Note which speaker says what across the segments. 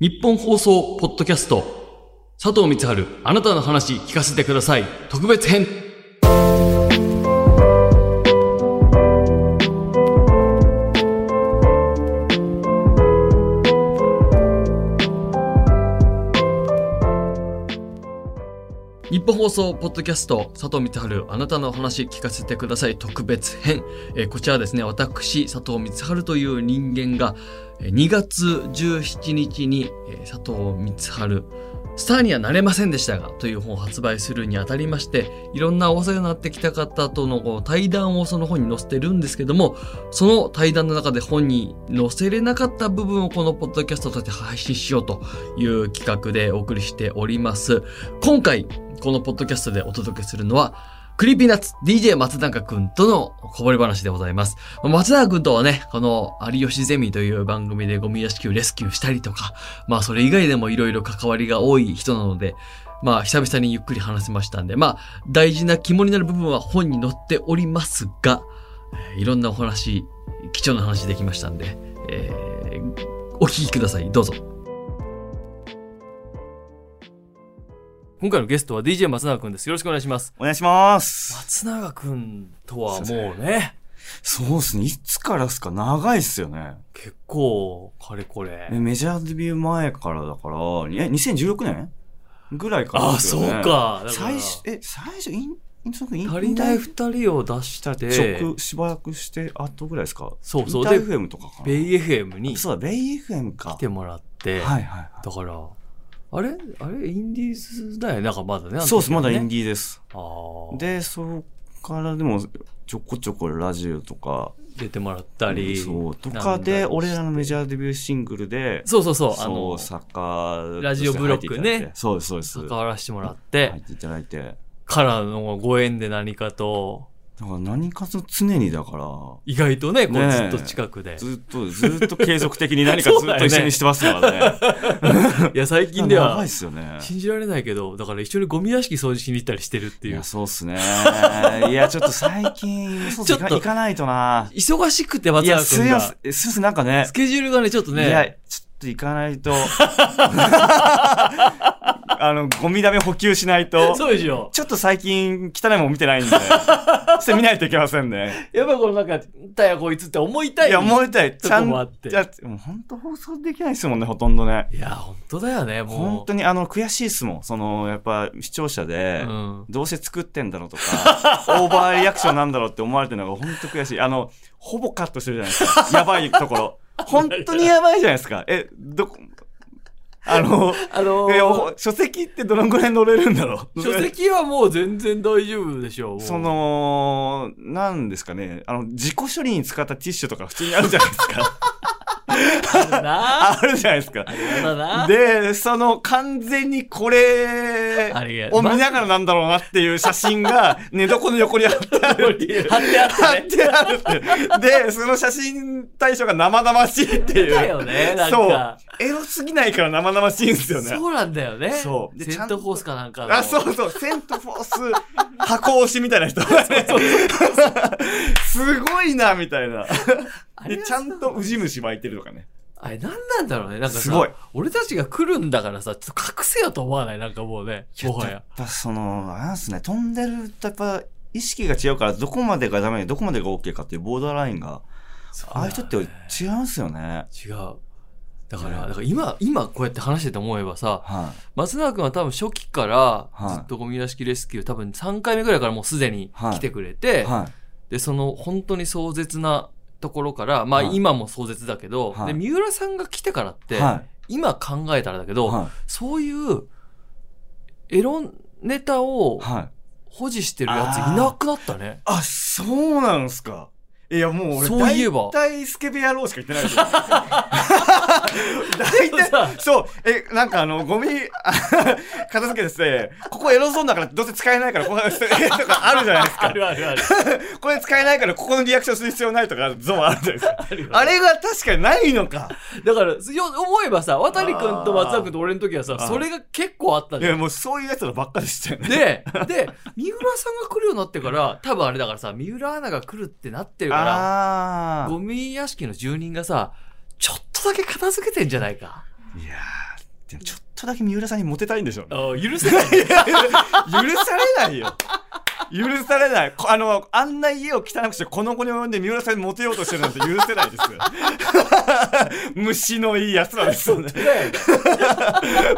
Speaker 1: 日本放送ポッドキャスト佐藤光春あなたの話聞かせてください特別編日本放送ポッドキャスト佐藤光春あなたのお話聞かせてください特別編、えーこちらはですね私佐藤光春という人間がえー2月17日に、えー佐藤光春スターにはなれませんでしたがという本を発売するにあたりましていろんなお世話になってきた方とのこう対談をその本に載せてるんですけどもその対談の中で本に載せれなかった部分をこのポッドキャストとして配信しようという企画でお送りしております今回このポッドキャストでお届けするのは、クリーピーナッツ DJ 松永くんとのこぼれ話でございます。松永くんとはね、この有吉ゼミという番組でゴミ屋敷をレスキューしたりとか、まあそれ以外でもいろいろ関わりが多い人なので、まあ久々にゆっくり話せましたんで、まあ大事な肝になる部分は本に載っておりますが、えーいろんなお話、貴重な話できましたんで、えーお聞きください。どうぞ。今回のゲストは DJ 松永くんです。よろしくお願いします。
Speaker 2: お願いします。
Speaker 1: 松永くんとはもうね、
Speaker 2: そうっすね。いつからっすか長いっすよね。
Speaker 1: 結構、かれこれ。
Speaker 2: えメジャーデビュー前からだから、え、2016年ぐらいから
Speaker 1: ああ、
Speaker 2: です
Speaker 1: そ
Speaker 2: よ
Speaker 1: う
Speaker 2: ね。
Speaker 1: か。だから
Speaker 2: 最初、え、最初、イン、インソクイン、
Speaker 1: 足りない二人を出した
Speaker 2: イ
Speaker 1: で
Speaker 2: ン、タイしばらくして、あとぐらいですか
Speaker 1: そうそう
Speaker 2: インタイ
Speaker 1: で
Speaker 2: FM とかかな。
Speaker 1: ベイ FM に来
Speaker 2: そうだ、ベイ FM か。
Speaker 1: てもらって、
Speaker 2: はいはいは
Speaker 1: だから、あれあれインディーズだよねなんかまだね。
Speaker 2: い。そうっす、まだイン
Speaker 1: ディ
Speaker 2: ディーです。
Speaker 1: ーズ。で、
Speaker 2: で、そこからでも、ちょこちょこラジオとか、
Speaker 1: 出てもらったり。
Speaker 2: そう、とかで、
Speaker 1: なんだ
Speaker 2: 俺らのメジャーデビューシングルで、
Speaker 1: そうそうそう、あ
Speaker 2: そ
Speaker 1: の
Speaker 2: う、、坂
Speaker 1: ラジオブロックね
Speaker 2: として入っていただいてそうです、そうです。
Speaker 1: 関わらせてもらっ
Speaker 2: 入
Speaker 1: て
Speaker 2: っ、ていただいて。だか
Speaker 1: からのご縁で何かと、
Speaker 2: ら何かと常にだか
Speaker 1: 意外とね、こう
Speaker 2: ね
Speaker 1: ず
Speaker 2: え
Speaker 1: っと近くで
Speaker 2: ら、。ずっと、ずっと継続的に 何かずっと一緒にしてますからね。
Speaker 1: いや、最近で
Speaker 2: 長
Speaker 1: はい
Speaker 2: っ、すよね。
Speaker 1: 信じられないけど、だから一緒にゴミ屋敷掃除しに行ったりしてるって
Speaker 2: い
Speaker 1: いう
Speaker 2: や、。そうっすね。いや、ちょっと最 近、そうっす
Speaker 1: ちょっ
Speaker 2: い
Speaker 1: と
Speaker 2: か行かないとな。
Speaker 1: 忙しくて、松
Speaker 2: いや、
Speaker 1: 永
Speaker 2: す
Speaker 1: 君
Speaker 2: いま
Speaker 1: が。
Speaker 2: せん、す
Speaker 1: ス
Speaker 2: いません、なんかね。
Speaker 1: ケジュールがね、ちょっと
Speaker 2: いや、ちょ
Speaker 1: ね、
Speaker 2: っと行かない と。あの、ゴミダメ補給しないと。
Speaker 1: そうでしょ。
Speaker 2: ちょっと最近、汚いもん見てないんで。ちょっと見ないといけませんね。
Speaker 1: やっぱこのなんか、たやこいつって思いたい。
Speaker 2: いや、思いたい。
Speaker 1: と
Speaker 2: ちゃ
Speaker 1: こ
Speaker 2: ん
Speaker 1: もあって
Speaker 2: いやもう本当放送できないですもんね、ほとんどね。
Speaker 1: いや、本当だよね、もう。
Speaker 2: 本当に、あの、悔しいですもん。その、やっぱ、視聴者で、
Speaker 1: うん
Speaker 2: どうせ作ってんだろう とか、オーバーリアクションなんだろうって思われてるのが本当悔しい。あの、ほぼカットしてるじゃないですか。やばいところ。本当にやばいじゃないですか。え、どこ、あの、
Speaker 1: あのー
Speaker 2: いやほ書籍ってどのぐらい載れるんだろう。
Speaker 1: 書籍はもう全然大丈夫でしょう。もう
Speaker 2: そ、の、なんですかね、あの、自己処理に使ったティッシュとか普通にあるじゃないで すか。
Speaker 1: あるな。
Speaker 2: あるじゃないですか。
Speaker 1: あだな。
Speaker 2: で、その完全にこれ
Speaker 1: あれ
Speaker 2: を見ながらなんだろうなっていう写真が寝床の横にあってあるっていう。
Speaker 1: 貼ってあった
Speaker 2: 貼
Speaker 1: ね
Speaker 2: っ。てあるって。で、その写真対象が生々しいっていう。
Speaker 1: だよね、なんか。
Speaker 2: そう。エロすぎないから生々しいんですよね。
Speaker 1: そうなんだよね。
Speaker 2: そうで
Speaker 1: セントフォースかなんかの。
Speaker 2: あ、そうそう。セントフォース箱推しみたいな人がね。 すごいな、みたいな。
Speaker 1: あれ
Speaker 2: で、
Speaker 1: は
Speaker 2: ちゃんとウジ虫巻いてるとかね。
Speaker 1: あれ、なんなんだろうね。なんかさ
Speaker 2: すごい
Speaker 1: 俺たちが来るんだからさ、ちょっと隠せよと思わないなんかもうね、もは
Speaker 2: や
Speaker 1: や
Speaker 2: っ。ぱその、あれなんですね、飛んでるとやっぱ意識が違うから、どこまでがダメで、どこまでが OK かっていうボーダーラインが、ああいう人って違うんすよね。
Speaker 1: 違う。だから、
Speaker 2: ね
Speaker 1: だから今、今こうやって話してて思えばさ、
Speaker 2: はい。
Speaker 1: 松永くんは多分初期から
Speaker 2: はい
Speaker 1: ずっとゴミ屋敷レスキュー、多分3回目ぐらいからもうすでに
Speaker 2: はい
Speaker 1: 来てくれて、
Speaker 2: は
Speaker 1: で、その本当に壮絶なところから、まあ
Speaker 2: はい
Speaker 1: 今も壮絶だけど、
Speaker 2: はい
Speaker 1: で、三浦さんが来てからって、
Speaker 2: い。は
Speaker 1: 今考えたらだけ
Speaker 2: い。
Speaker 1: ど、
Speaker 2: は
Speaker 1: そういうエロネタを
Speaker 2: い。はい。
Speaker 1: 保持してるやついなくなったね。
Speaker 2: あ、そうなんすか。いや、もう俺、
Speaker 1: そういえば
Speaker 2: 大体スケベ野郎しか言ってない ですよ。
Speaker 1: で
Speaker 2: 大
Speaker 1: もさ
Speaker 2: 体、そう、え、なんかあの、ゴミ、 あ片付けですね、ここエロゾーンだからどうせ使えないから、こことかあるじゃないですか。
Speaker 1: るあるある。
Speaker 2: これ使えないからここのリアクションする必要ないとかゾーンあるじゃないですか。
Speaker 1: あるよね
Speaker 2: あれが確かにないのか。
Speaker 1: だから、よ思えばさ、渡君と松田君と俺の時はさ
Speaker 2: あ、ー
Speaker 1: それが結構あったん
Speaker 2: い
Speaker 1: だよ。
Speaker 2: や、もうそういうやつらばっかりしてね。
Speaker 1: で、で、三浦さんが来るようになってから、多分あれだからさ、三浦アナが来るってなってるか
Speaker 2: あ
Speaker 1: ら、ゴミ屋敷の住人がさ、ちょっとだけ片付けてんじゃないか。
Speaker 2: ー。いやとだけ三浦さんにモテたいんでしょう ね。
Speaker 1: あー許せない
Speaker 2: 許されないよ。許されない。こあの、あんな家を汚くして、この子に及んで三浦さんにモテようとしてるなんて許せないですよ。 虫のいいやつ らですよね。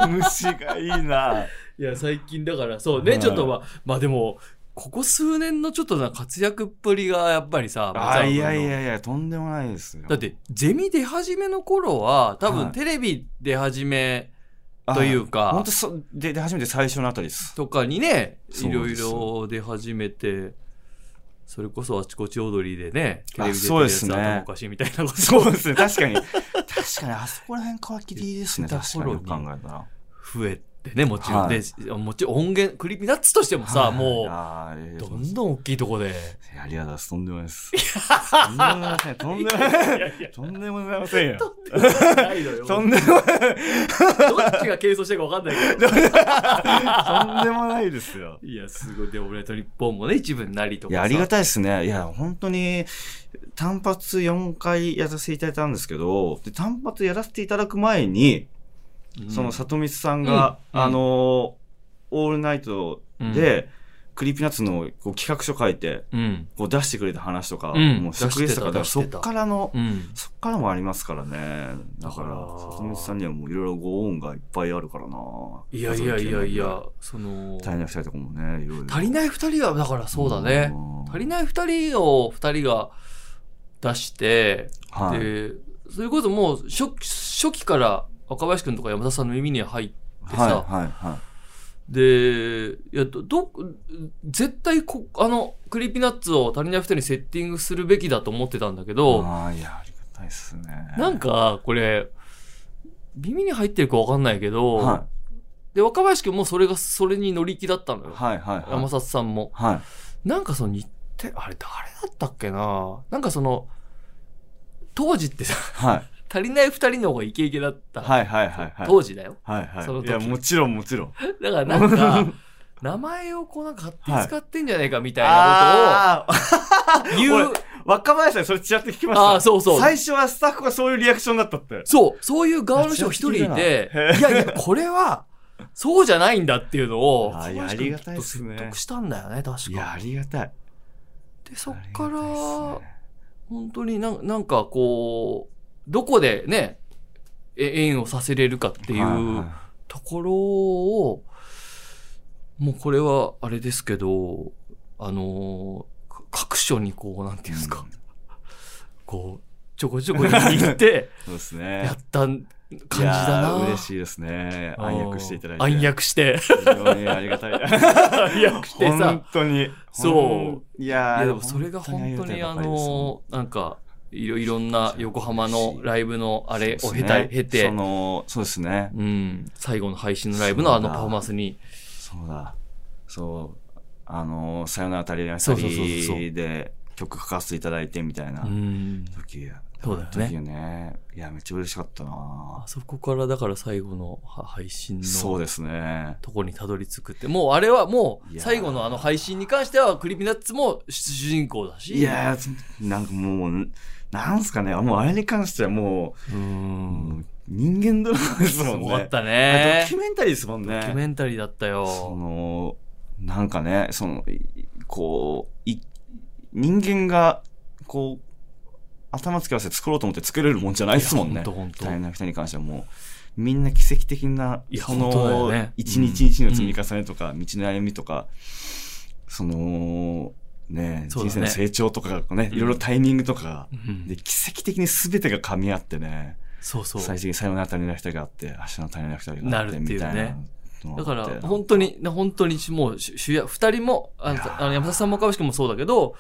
Speaker 2: 虫がいいな。
Speaker 1: いや最近だからそうね、
Speaker 2: はい
Speaker 1: ちょっとまあまあでもここ数年のちょっとな活躍っぷりがやっぱりさ松山
Speaker 2: あい
Speaker 1: 君の
Speaker 2: やいやいや、とんでもないですよ。
Speaker 1: だってゼミ出始めの頃は多
Speaker 2: は
Speaker 1: 分
Speaker 2: い
Speaker 1: テレビ出始めというか、
Speaker 2: 本当そでで初めて最初のあたりです。
Speaker 1: とかにねい
Speaker 2: そう
Speaker 1: ろ
Speaker 2: で
Speaker 1: い
Speaker 2: す
Speaker 1: ろ出始めてそれこそあちこち踊りでねテ
Speaker 2: あ
Speaker 1: レビ出て
Speaker 2: そう
Speaker 1: るや
Speaker 2: です
Speaker 1: つ
Speaker 2: ね
Speaker 1: 頭おかしいみたいなこと
Speaker 2: そう ですね、確かに。確かに、あそこら辺皮切りですね、
Speaker 1: 言っ
Speaker 2: 確
Speaker 1: て
Speaker 2: か
Speaker 1: た
Speaker 2: に
Speaker 1: 頃
Speaker 2: よ
Speaker 1: に
Speaker 2: く考えたら。
Speaker 1: 増えてねもちろん、
Speaker 2: はい
Speaker 1: でもちろん音源クリーピーナッツとしてもさ、
Speaker 2: はい
Speaker 1: も
Speaker 2: あーあり
Speaker 1: う
Speaker 2: がと
Speaker 1: ど
Speaker 2: うございます
Speaker 1: んどん大きいとこで
Speaker 2: いやありがとうございます。とんでもない です。とんでもないですねとんでもない。とんでもございませんよ。
Speaker 1: ないのよ
Speaker 2: とんでもない。
Speaker 1: どっちが軽装してるか分かんないけど
Speaker 2: とんでもないですよ。
Speaker 1: いやすごいで俺と日本もね一部になりと
Speaker 2: い
Speaker 1: か
Speaker 2: や、ありが
Speaker 1: と
Speaker 2: たいですね。いや、本当に、単発4回やらせていただいたんですけど、で単発やらせていただく前に、その里光さんが、
Speaker 1: うん
Speaker 2: あのーオールナイトで、クリーピーナッツのこう企画書書いて、
Speaker 1: うん
Speaker 2: こう出してくれた話とか、
Speaker 1: うん
Speaker 2: もうしてくれてたから、
Speaker 1: 出
Speaker 2: だ
Speaker 1: してた
Speaker 2: からそっからの、
Speaker 1: うん
Speaker 2: そっからもありますからね。だから、
Speaker 1: あー
Speaker 2: 里光さんにはもういろいろご恩がいっぱいあるからな。
Speaker 1: いやいやいやいや、その、
Speaker 2: 足りない二人とかもね、いろいろ。
Speaker 1: 足りない二人は、だからそうだね。
Speaker 2: ん
Speaker 1: 足りない二人を二人が出して、
Speaker 2: はい。
Speaker 1: で、それこそもう初初期から若林くんとか山田さんの耳に入ってさ、
Speaker 2: はい、はい、はい。
Speaker 1: で、いや、ど、ど絶対こ、あの、クリーピーナッツを足りない二人にセッティングするべきだと思ってたんだけど、
Speaker 2: ああ、いや、ありがたいですね。
Speaker 1: なんか、これ、耳に入ってるかわかんないけど、
Speaker 2: は
Speaker 1: で、若林くんもそれが、それに乗り気だったの
Speaker 2: い、
Speaker 1: よ。
Speaker 2: はい、はい。はい
Speaker 1: 山里さんも。
Speaker 2: はい。
Speaker 1: なんかその日程、あれ誰だったっけななんかその、当時ってさ、
Speaker 2: はい。
Speaker 1: 足りない二人の方がイケイケだった。
Speaker 2: はい、はい、はい。はい
Speaker 1: 当時だよ。
Speaker 2: はいは
Speaker 1: その
Speaker 2: い。い
Speaker 1: 時
Speaker 2: や、もちろんもちろん。
Speaker 1: だからなん か、名前をこうなんか勝手に使ってんじゃねえかみたいな
Speaker 2: ああ、
Speaker 1: ことを言う。
Speaker 2: 俺若林さんにそれちらっと聞きました。
Speaker 1: ああ、そうそう。
Speaker 2: 最初はスタッフがそういうリアクションだったって。
Speaker 1: そう、そういう側の人が一人いて、いやいや、これは、そうじゃないんだっていうのを、
Speaker 2: あーいや
Speaker 1: 小林
Speaker 2: あ
Speaker 1: 君
Speaker 2: りがたいっすね
Speaker 1: きっと説得したんだよね、確
Speaker 2: いや、
Speaker 1: か
Speaker 2: あ。りがたい。
Speaker 1: で、そっから、本当になんなんかこう、どこでね、え縁をさせれるかって
Speaker 2: て
Speaker 1: いうところを、もうこれはあれですけど、あのー、か各所にこう、なんていうんですか、こう、ちょこちょこに行 って、
Speaker 2: そうですね。
Speaker 1: やったん感じだない
Speaker 2: やー嬉しいですね。暗躍していただいて。
Speaker 1: 暗。躍 して、
Speaker 2: 非常にありがたい。
Speaker 1: 暗躍 してさ
Speaker 2: 本、当に。。
Speaker 1: そう
Speaker 2: い
Speaker 1: い
Speaker 2: や
Speaker 1: や
Speaker 2: ー
Speaker 1: でもそれが本当にあ
Speaker 2: りがたいばかりです
Speaker 1: の、なんか、いろいろんな横浜のライブのあれを
Speaker 2: そう
Speaker 1: 経
Speaker 2: ですね
Speaker 1: た経て
Speaker 2: そ、の、そうですね。
Speaker 1: うん、最後の配信のライブのあのパフォーマンスに、
Speaker 2: そうだ。そう。あの、さよならたりな
Speaker 1: そ
Speaker 2: さ
Speaker 1: うそうそうそう
Speaker 2: りで曲書かせていただいてみたいな
Speaker 1: うん、
Speaker 2: 時。
Speaker 1: そうだよね
Speaker 2: 時ね。いや、めっちゃ嬉しかったな
Speaker 1: あそこからだから最後のは配信
Speaker 2: そ
Speaker 1: の
Speaker 2: うですね。
Speaker 1: とこにたどり着くって、もうあれはも
Speaker 2: いうやー
Speaker 1: 最後のあの配信に関してはクリピナッツも主主人公だし、
Speaker 2: いやー、なんかもう、なんすかね、もうあれに関してはも
Speaker 1: う
Speaker 2: う、も
Speaker 1: ん、
Speaker 2: う人間ドラマです
Speaker 1: す
Speaker 2: もんね。
Speaker 1: ごかった
Speaker 2: あ
Speaker 1: ね
Speaker 2: ド。キュメンタリーですもんね。
Speaker 1: ドキュメンタリーだった
Speaker 2: そ
Speaker 1: よ。
Speaker 2: の、なんかね、その、いこう、い人間が、こう、頭つけ合わせて作ろうと思って作れるもんじゃないですもん
Speaker 1: い
Speaker 2: ね
Speaker 1: や。ほんとほ
Speaker 2: 大
Speaker 1: ん
Speaker 2: 変
Speaker 1: と、
Speaker 2: な人に関してはもう、みんな奇跡的ない
Speaker 1: や
Speaker 2: そ
Speaker 1: 本当だよ
Speaker 2: の
Speaker 1: ね、
Speaker 2: 一日一日の積み重ねとか、道の歩みとか、その、ね、
Speaker 1: そうだね
Speaker 2: 人生の成長とかがね、
Speaker 1: うん
Speaker 2: いろいろタイミングとか
Speaker 1: う
Speaker 2: が、
Speaker 1: ん
Speaker 2: で、奇跡的に全てが噛み合ってね、
Speaker 1: そうそう。
Speaker 2: 最終的に最後の足りない人があって、明日の足りない人があって、
Speaker 1: なるってい
Speaker 2: み
Speaker 1: う
Speaker 2: たい
Speaker 1: ね
Speaker 2: なのがあ
Speaker 1: だ
Speaker 2: って。
Speaker 1: から、本当に、な本当に、もう、主主役、二人も、あ
Speaker 2: いや
Speaker 1: の、
Speaker 2: ー
Speaker 1: あの山田さんも岡林君もそうだけど、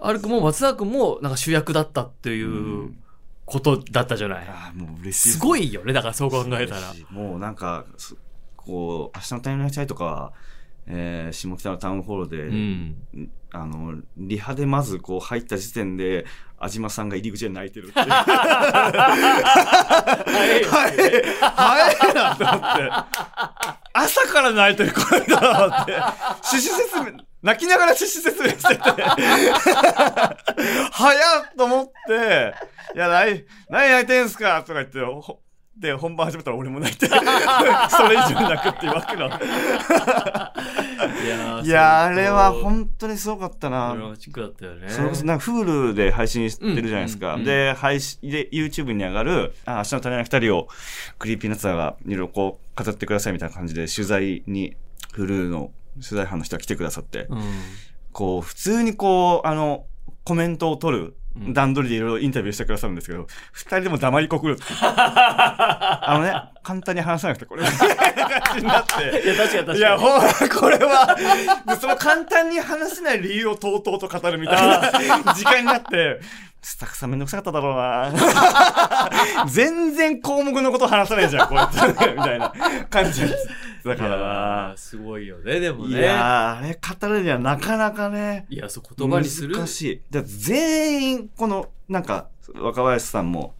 Speaker 1: あるくんも松田君も、なんか主役だったっていううんことだったじゃない。
Speaker 2: ああ、もう嬉しいです
Speaker 1: ごいよね、だからそう考えたら
Speaker 2: 嬉し。いもうなんか、そこう、明日のタイムラインチャイとかは、えー下北のタウンホールで、
Speaker 1: うん。
Speaker 2: あの、リハでまずこう入った時点で、安島さんが入り口で泣いてるって いう。
Speaker 1: はい。
Speaker 2: はい、早いなと思って。朝から泣いてる声だなって。趣旨説明、泣きながら趣旨説明してて。 早っと思って、いや、ない、何泣いてんすかとか言って、ほで本番始めたら俺も泣いて それ以上泣くっていうわけだ
Speaker 1: いやー
Speaker 2: いやーあれは
Speaker 1: ん
Speaker 2: 本当にすごかったな
Speaker 1: ドラマチックだったよね
Speaker 2: それこそなんか Hulu で配信してるじゃないですか。
Speaker 1: うんうんうん
Speaker 2: で、配信、で、YouTube に上がる、あ、明日の足りない二人を、クリーピーナッツさんがいろいろこう、語ってくださいみたいな感じで、取材に、Hulu の取材班の人が来てくださって、
Speaker 1: うん
Speaker 2: こう、普通にこう、あの、コメントを取る
Speaker 1: うん
Speaker 2: 段取りでいろいろインタビューしてくださるんですけど、二人でも黙りこ くるっていう。あのね、簡単に話さなくて、これ、みたいな感じになって。
Speaker 1: いや確かに確かに
Speaker 2: いや、ほん、 これは、でその簡単に話せない理由をとうとうと語るみたいな 時間になって、スタッフさんめんどくさかっただろ うな全然項目のこと話さないじゃん、こうやって、みたいな感じだから
Speaker 1: いや
Speaker 2: な
Speaker 1: ー。すごいよねでも
Speaker 2: い
Speaker 1: ね
Speaker 2: やー、あれ語るにはなかなかね、
Speaker 1: いやそう言葉にする
Speaker 2: 難しい。だって全員、この、なんか、若林さんも、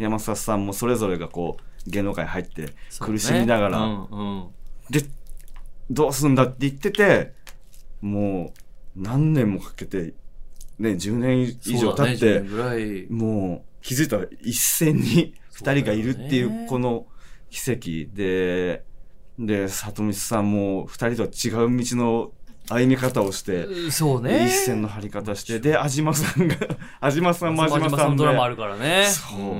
Speaker 2: 山里さんもそれぞれがこう、芸能界入って
Speaker 1: そうね
Speaker 2: 苦しみながら、
Speaker 1: うんうん
Speaker 2: で、どうすんだって言ってて、もう何年もかけて、ね、10年以
Speaker 1: そ
Speaker 2: 上経っ
Speaker 1: うだ
Speaker 2: て、
Speaker 1: ね10ぐらい
Speaker 2: もう気づいたら一戦 に2人がいるってい
Speaker 1: そうだよね
Speaker 2: うこの奇跡で、で、里見さんも2人とは違う道の歩み方をして、
Speaker 1: うんそうね
Speaker 2: 一線の張り方して、で、安島 さんが、安島さんも安
Speaker 1: 真
Speaker 2: 島
Speaker 1: 島
Speaker 2: さ
Speaker 1: さん
Speaker 2: んで
Speaker 1: ド、ラマあるからね
Speaker 2: そう
Speaker 1: ー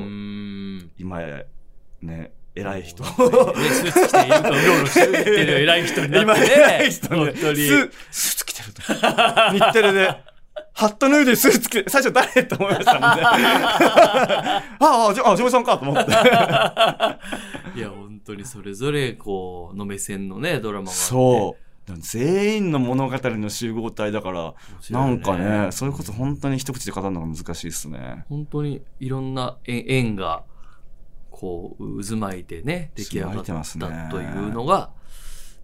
Speaker 1: ん
Speaker 2: 今や、ね、偉い人。
Speaker 1: そうねスーツ着ているとうろうろしてるっていう偉い人になって
Speaker 2: 今
Speaker 1: ね
Speaker 2: 偉い人
Speaker 1: 本
Speaker 2: ね、
Speaker 1: 当に
Speaker 2: ススーツ着てると。日テレで、ハット脱いでスーツ着てる、最初誰と思いましたもんね。ああ、じゃあ、ジョージさんかと思って。
Speaker 1: いや本当にそれぞれこうの目線のねドラマがあって
Speaker 2: そう。全員の物語の集合体だから、
Speaker 1: 面白い
Speaker 2: な
Speaker 1: よ
Speaker 2: んかね、それこそ本当に一口で語るのが難しいですね。
Speaker 1: 本当にいろんな縁縁がこう渦巻いてね出来上がっ
Speaker 2: 渦巻いて
Speaker 1: た
Speaker 2: ますね
Speaker 1: というのが、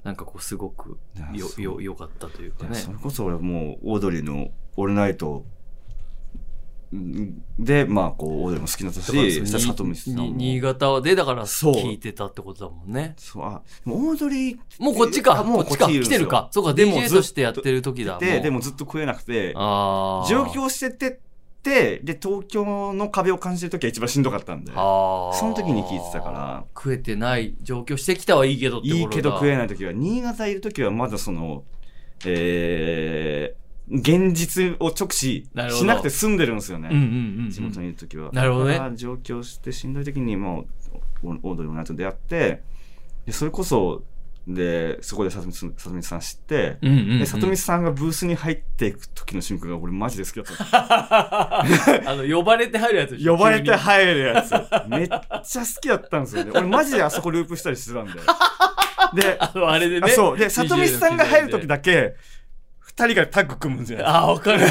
Speaker 1: なんかこうすごく
Speaker 2: いや
Speaker 1: よ
Speaker 2: そう
Speaker 1: よよかったというか
Speaker 2: いや
Speaker 1: ね
Speaker 2: それこそ俺もうオードリーの「オールナイト」でまあこうオードリーも好きだったし
Speaker 1: だから
Speaker 2: そしたら里見さん
Speaker 1: に
Speaker 2: も
Speaker 1: 新潟はでだから
Speaker 2: そう
Speaker 1: 聞いてたってことだもんね
Speaker 2: そうあでもオードリー
Speaker 1: もうこっちか
Speaker 2: あ
Speaker 1: もうこっちか
Speaker 2: いるん
Speaker 1: 来
Speaker 2: です
Speaker 1: て
Speaker 2: よ
Speaker 1: るかそうか
Speaker 2: でも
Speaker 1: DJ
Speaker 2: ずっと
Speaker 1: としてやってる時だも
Speaker 2: で
Speaker 1: う
Speaker 2: でもずっと食えなくて
Speaker 1: ああ
Speaker 2: 上京しててってで東京の壁を感じてる時は一番しんどかったんで
Speaker 1: あー
Speaker 2: その時に聞いてたから
Speaker 1: 食えてない上京してきたはいいけどってことだ
Speaker 2: いいけど食えない時は新潟いる時はまだそのえー、現実を直視
Speaker 1: なるほど
Speaker 2: しなくて済んでるんですよね、
Speaker 1: うんうんうんうん
Speaker 2: 地元にいる時は、
Speaker 1: なるほどね
Speaker 2: だから上京してしんどい時にもうオオードリー・オナイトに出会ってでそれこそでそこで里見さん里見さん知って、
Speaker 1: うんうんうん
Speaker 2: で里見さんがブースに入っていく時の瞬間が俺マジで好きだっ た
Speaker 1: あの呼ばれて入るやつでしょ
Speaker 2: 呼ばれて
Speaker 1: 急に
Speaker 2: 入るやつ めっちゃ好きだったんですよね俺マジであそこループしたりしてたんでで
Speaker 1: あのあれで
Speaker 2: あ
Speaker 1: ね
Speaker 2: そうで里見さんが入る時
Speaker 1: だ
Speaker 2: だけ二人がタッグ組むん じゃない
Speaker 1: あわか る
Speaker 2: で、い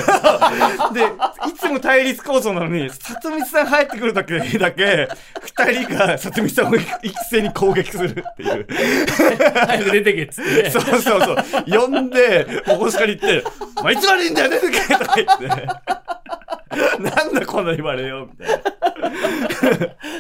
Speaker 2: つも対立構造なのに、里見さん入ってくるだけだけ、二人が里見さんを一斉に攻撃するっていう。
Speaker 1: 早く出てけっつってね
Speaker 2: そうそうそう。呼んで、保護者に行って、まあ、いつまでいいんだよ、出てけとか言って。なんだこんな言われようみたい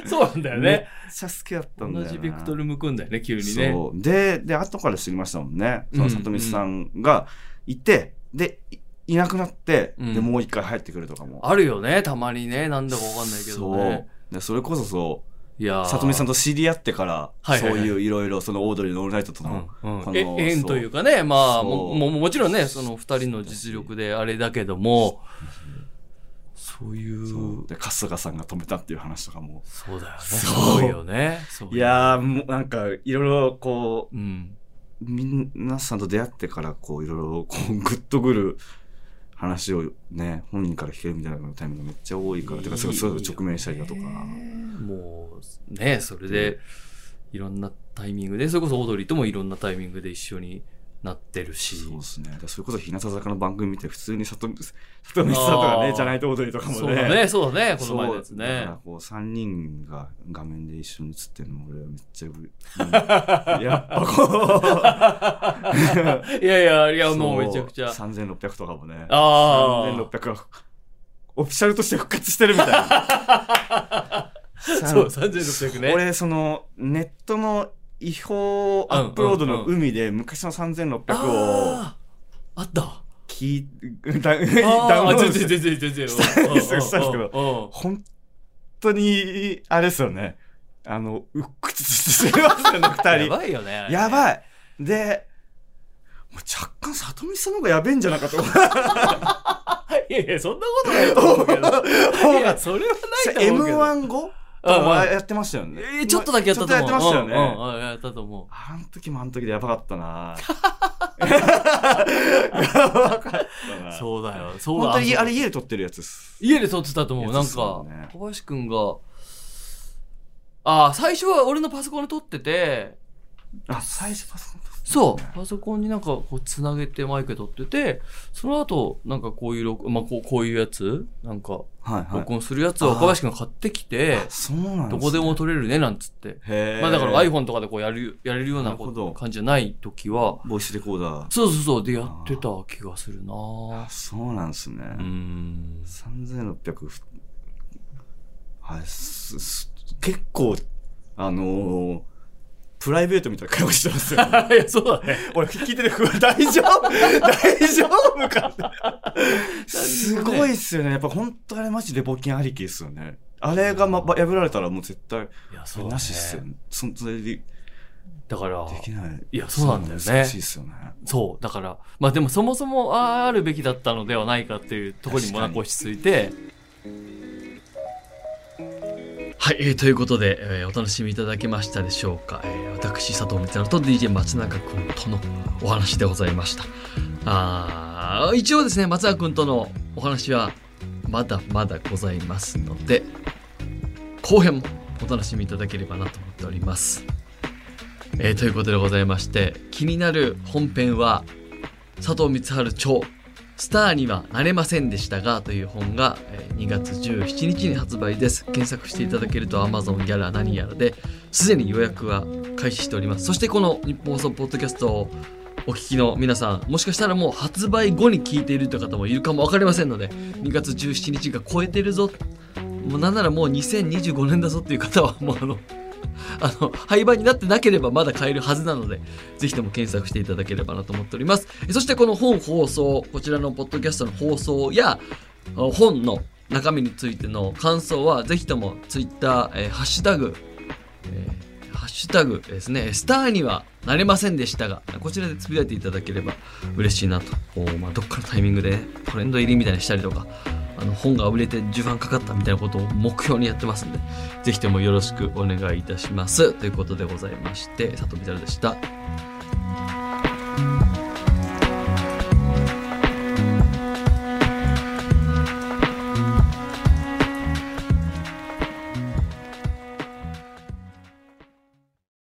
Speaker 1: そうなんだ
Speaker 2: な。
Speaker 1: よ
Speaker 2: めっ
Speaker 1: ね
Speaker 2: ちゃ好きだったんだよ
Speaker 1: 同
Speaker 2: な。
Speaker 1: じベクトル向くんだよね急にね
Speaker 2: そう。で、で、後から知りましたもんね。そ
Speaker 1: うん
Speaker 2: の里見さんがいて、で、いいなくなって、
Speaker 1: うん
Speaker 2: で、もう一回入ってくるとかも。
Speaker 1: あるよねたまにねなんだかわかんないけどね
Speaker 2: そう。でそれこそそう。
Speaker 1: いやー
Speaker 2: 里見さんと知り合ってから、
Speaker 1: はいはいはい
Speaker 2: そういういろいろそのオードリーのオールナイトとの、
Speaker 1: うんう
Speaker 2: こ
Speaker 1: ん
Speaker 2: の
Speaker 1: え縁というかねまあ
Speaker 2: そう
Speaker 1: もももちろんねその二人の実力であれだけどもそういう
Speaker 2: そうで春日さんが止めたっていう話とかも
Speaker 1: そうだよね
Speaker 2: そう
Speaker 1: すごいよねそうう
Speaker 2: いやーもうなんかいろいろこう
Speaker 1: うん
Speaker 2: 皆さんと出会ってからこういろいろこうグッとくる話をね本人から聞けるみたいなタイミングがめっちゃ多いからてかそれそれを直面したりだとか
Speaker 1: いいよねもうねそれでいろんなタイミングでそれこそオードリーともいろんなタイミングで一緒になってるし
Speaker 2: そうですねでそれこそ日向坂の番組見て普通に里見里見さんとか
Speaker 1: あ
Speaker 2: ね
Speaker 1: ー
Speaker 2: じゃないとオードリーとかも
Speaker 1: そうだねそうだねこの前のやつ
Speaker 2: そうだか
Speaker 1: ね
Speaker 2: らこう3人が画面で一緒に映ってるの俺はめっちゃうやっぱこ
Speaker 1: いやいやいうやもうめちゃくちゃ
Speaker 2: そう3600とかもね
Speaker 1: ああ
Speaker 2: 3600はオフィシャルとして復活してるみたいな
Speaker 1: そう3600ね
Speaker 2: 俺そのネットの違法アップロードの海で昔の3600を
Speaker 1: あーあった
Speaker 2: 聞いダウン
Speaker 1: あー
Speaker 2: ダウンロード
Speaker 1: 全
Speaker 2: して
Speaker 1: 然全然全然
Speaker 2: したんですしたんです
Speaker 1: うんう
Speaker 2: けど
Speaker 1: んうんうん
Speaker 2: 本当にあれですよねあの、うっくつつしてます よね、二人。
Speaker 3: やばいよね。あれね
Speaker 2: やばい。で、もう若干、里見さんの方がやべえんじゃなかった。
Speaker 3: いやいや、そんなことないと思うけ ど。いや、それは ないと思うけど。
Speaker 2: M1 後とはやってましたよね。
Speaker 3: えーちょっとだけやったと思う。
Speaker 2: ちょっとやってましたよね
Speaker 3: うんうんうんやったと思う。
Speaker 2: あの時もあの時でやばかったなやばかった な
Speaker 3: そうだよ。そうだ
Speaker 2: 本当にあれ家で撮ってるやつです。
Speaker 3: 家で撮ってたと思う。
Speaker 2: い
Speaker 3: な
Speaker 2: や
Speaker 3: ん
Speaker 2: そ
Speaker 3: か
Speaker 2: うだね、
Speaker 3: 小林くんが、ああ、最初は俺のパソコンで撮ってて、
Speaker 2: あ、最初パソコン撮って
Speaker 3: そう、パソコンになんかこう繋げてマイクで撮ってて、その後、なんかこういう録、まあこう、こういうやつなんか、
Speaker 2: はいはい。
Speaker 3: 録音するやつを若林くんが買ってきて、
Speaker 2: そうなんすね
Speaker 3: どこでも。撮れるね、なんつって。
Speaker 2: へえ。
Speaker 3: まあだから iPhone とかでこうやる、やれるようなこ
Speaker 2: なるほど
Speaker 3: 感じじゃない時は、
Speaker 2: ボイスレコーダー。
Speaker 3: そうそうそう、でやってた気がするなぁ
Speaker 2: あ、そうなんすね。
Speaker 3: うん。
Speaker 2: 3600。はい、すす結構、あのー、プライベートみたいな会話してますよ、ね。
Speaker 3: いや、そうだね。
Speaker 2: 俺聞いてて不安、大丈 夫大丈夫かって。すごいっすよね。やっぱ本当あれマジで募金ありきっすよね。あれが、ま、ば破られたらもう絶対、
Speaker 3: いや、
Speaker 2: そ
Speaker 3: そうだ
Speaker 2: れ
Speaker 3: ね
Speaker 2: なしっすよね。そんそれでで
Speaker 3: だから、
Speaker 2: きない。
Speaker 3: いやそうなんだよね
Speaker 2: 難しいっすよね。
Speaker 3: そう、だから、まあでもそもそもあああるべきだったのではないかっていうところにもなんか落ち着いて、
Speaker 1: はい、えーということで、えーお楽しみいただけましたでしょうか。えー私、佐藤光と DJ 松永くんとのお話でございました。あー一応ですね、松永くんとのお話はまだまだございますので、後編もお楽しみいただければなと思っております。えーということでございまして、気になる本編は、佐藤光晴著スターにはなれませんでしたがという本がえー2月17日に発売です。検索していただけると Amazon やら何やらですでに予約は開始しております。そしてこの日本放送ポッドキャストをお聞きの皆さん、もしかしたらもう発売後に聞いているという方もいるかもわかりませんので、2月17日が超えてるぞ。もうなんならもう2025年だぞっていう方はもうあの、あの、廃盤になってなければまだ買えるはずなので、ぜひとも検索していただければなと思っております。えそしてこの本放送、こちらのポッドキャストの放送や、あの本の中身についての感想は、ぜひともツイッター、えーハッシュタグ、えーハッシュタグですね、スターにはなれませんでしたが、こちらでつぶやいていただければ嬉しいなと。おまあ、どっかのタイミングでね、トレンド入りみたいにしたりとか、あの本が売れて10番かかったみたいなことを目標にやってますんで、ぜひともよろしくお願いいたします。ということでございまして、佐藤みたるでした。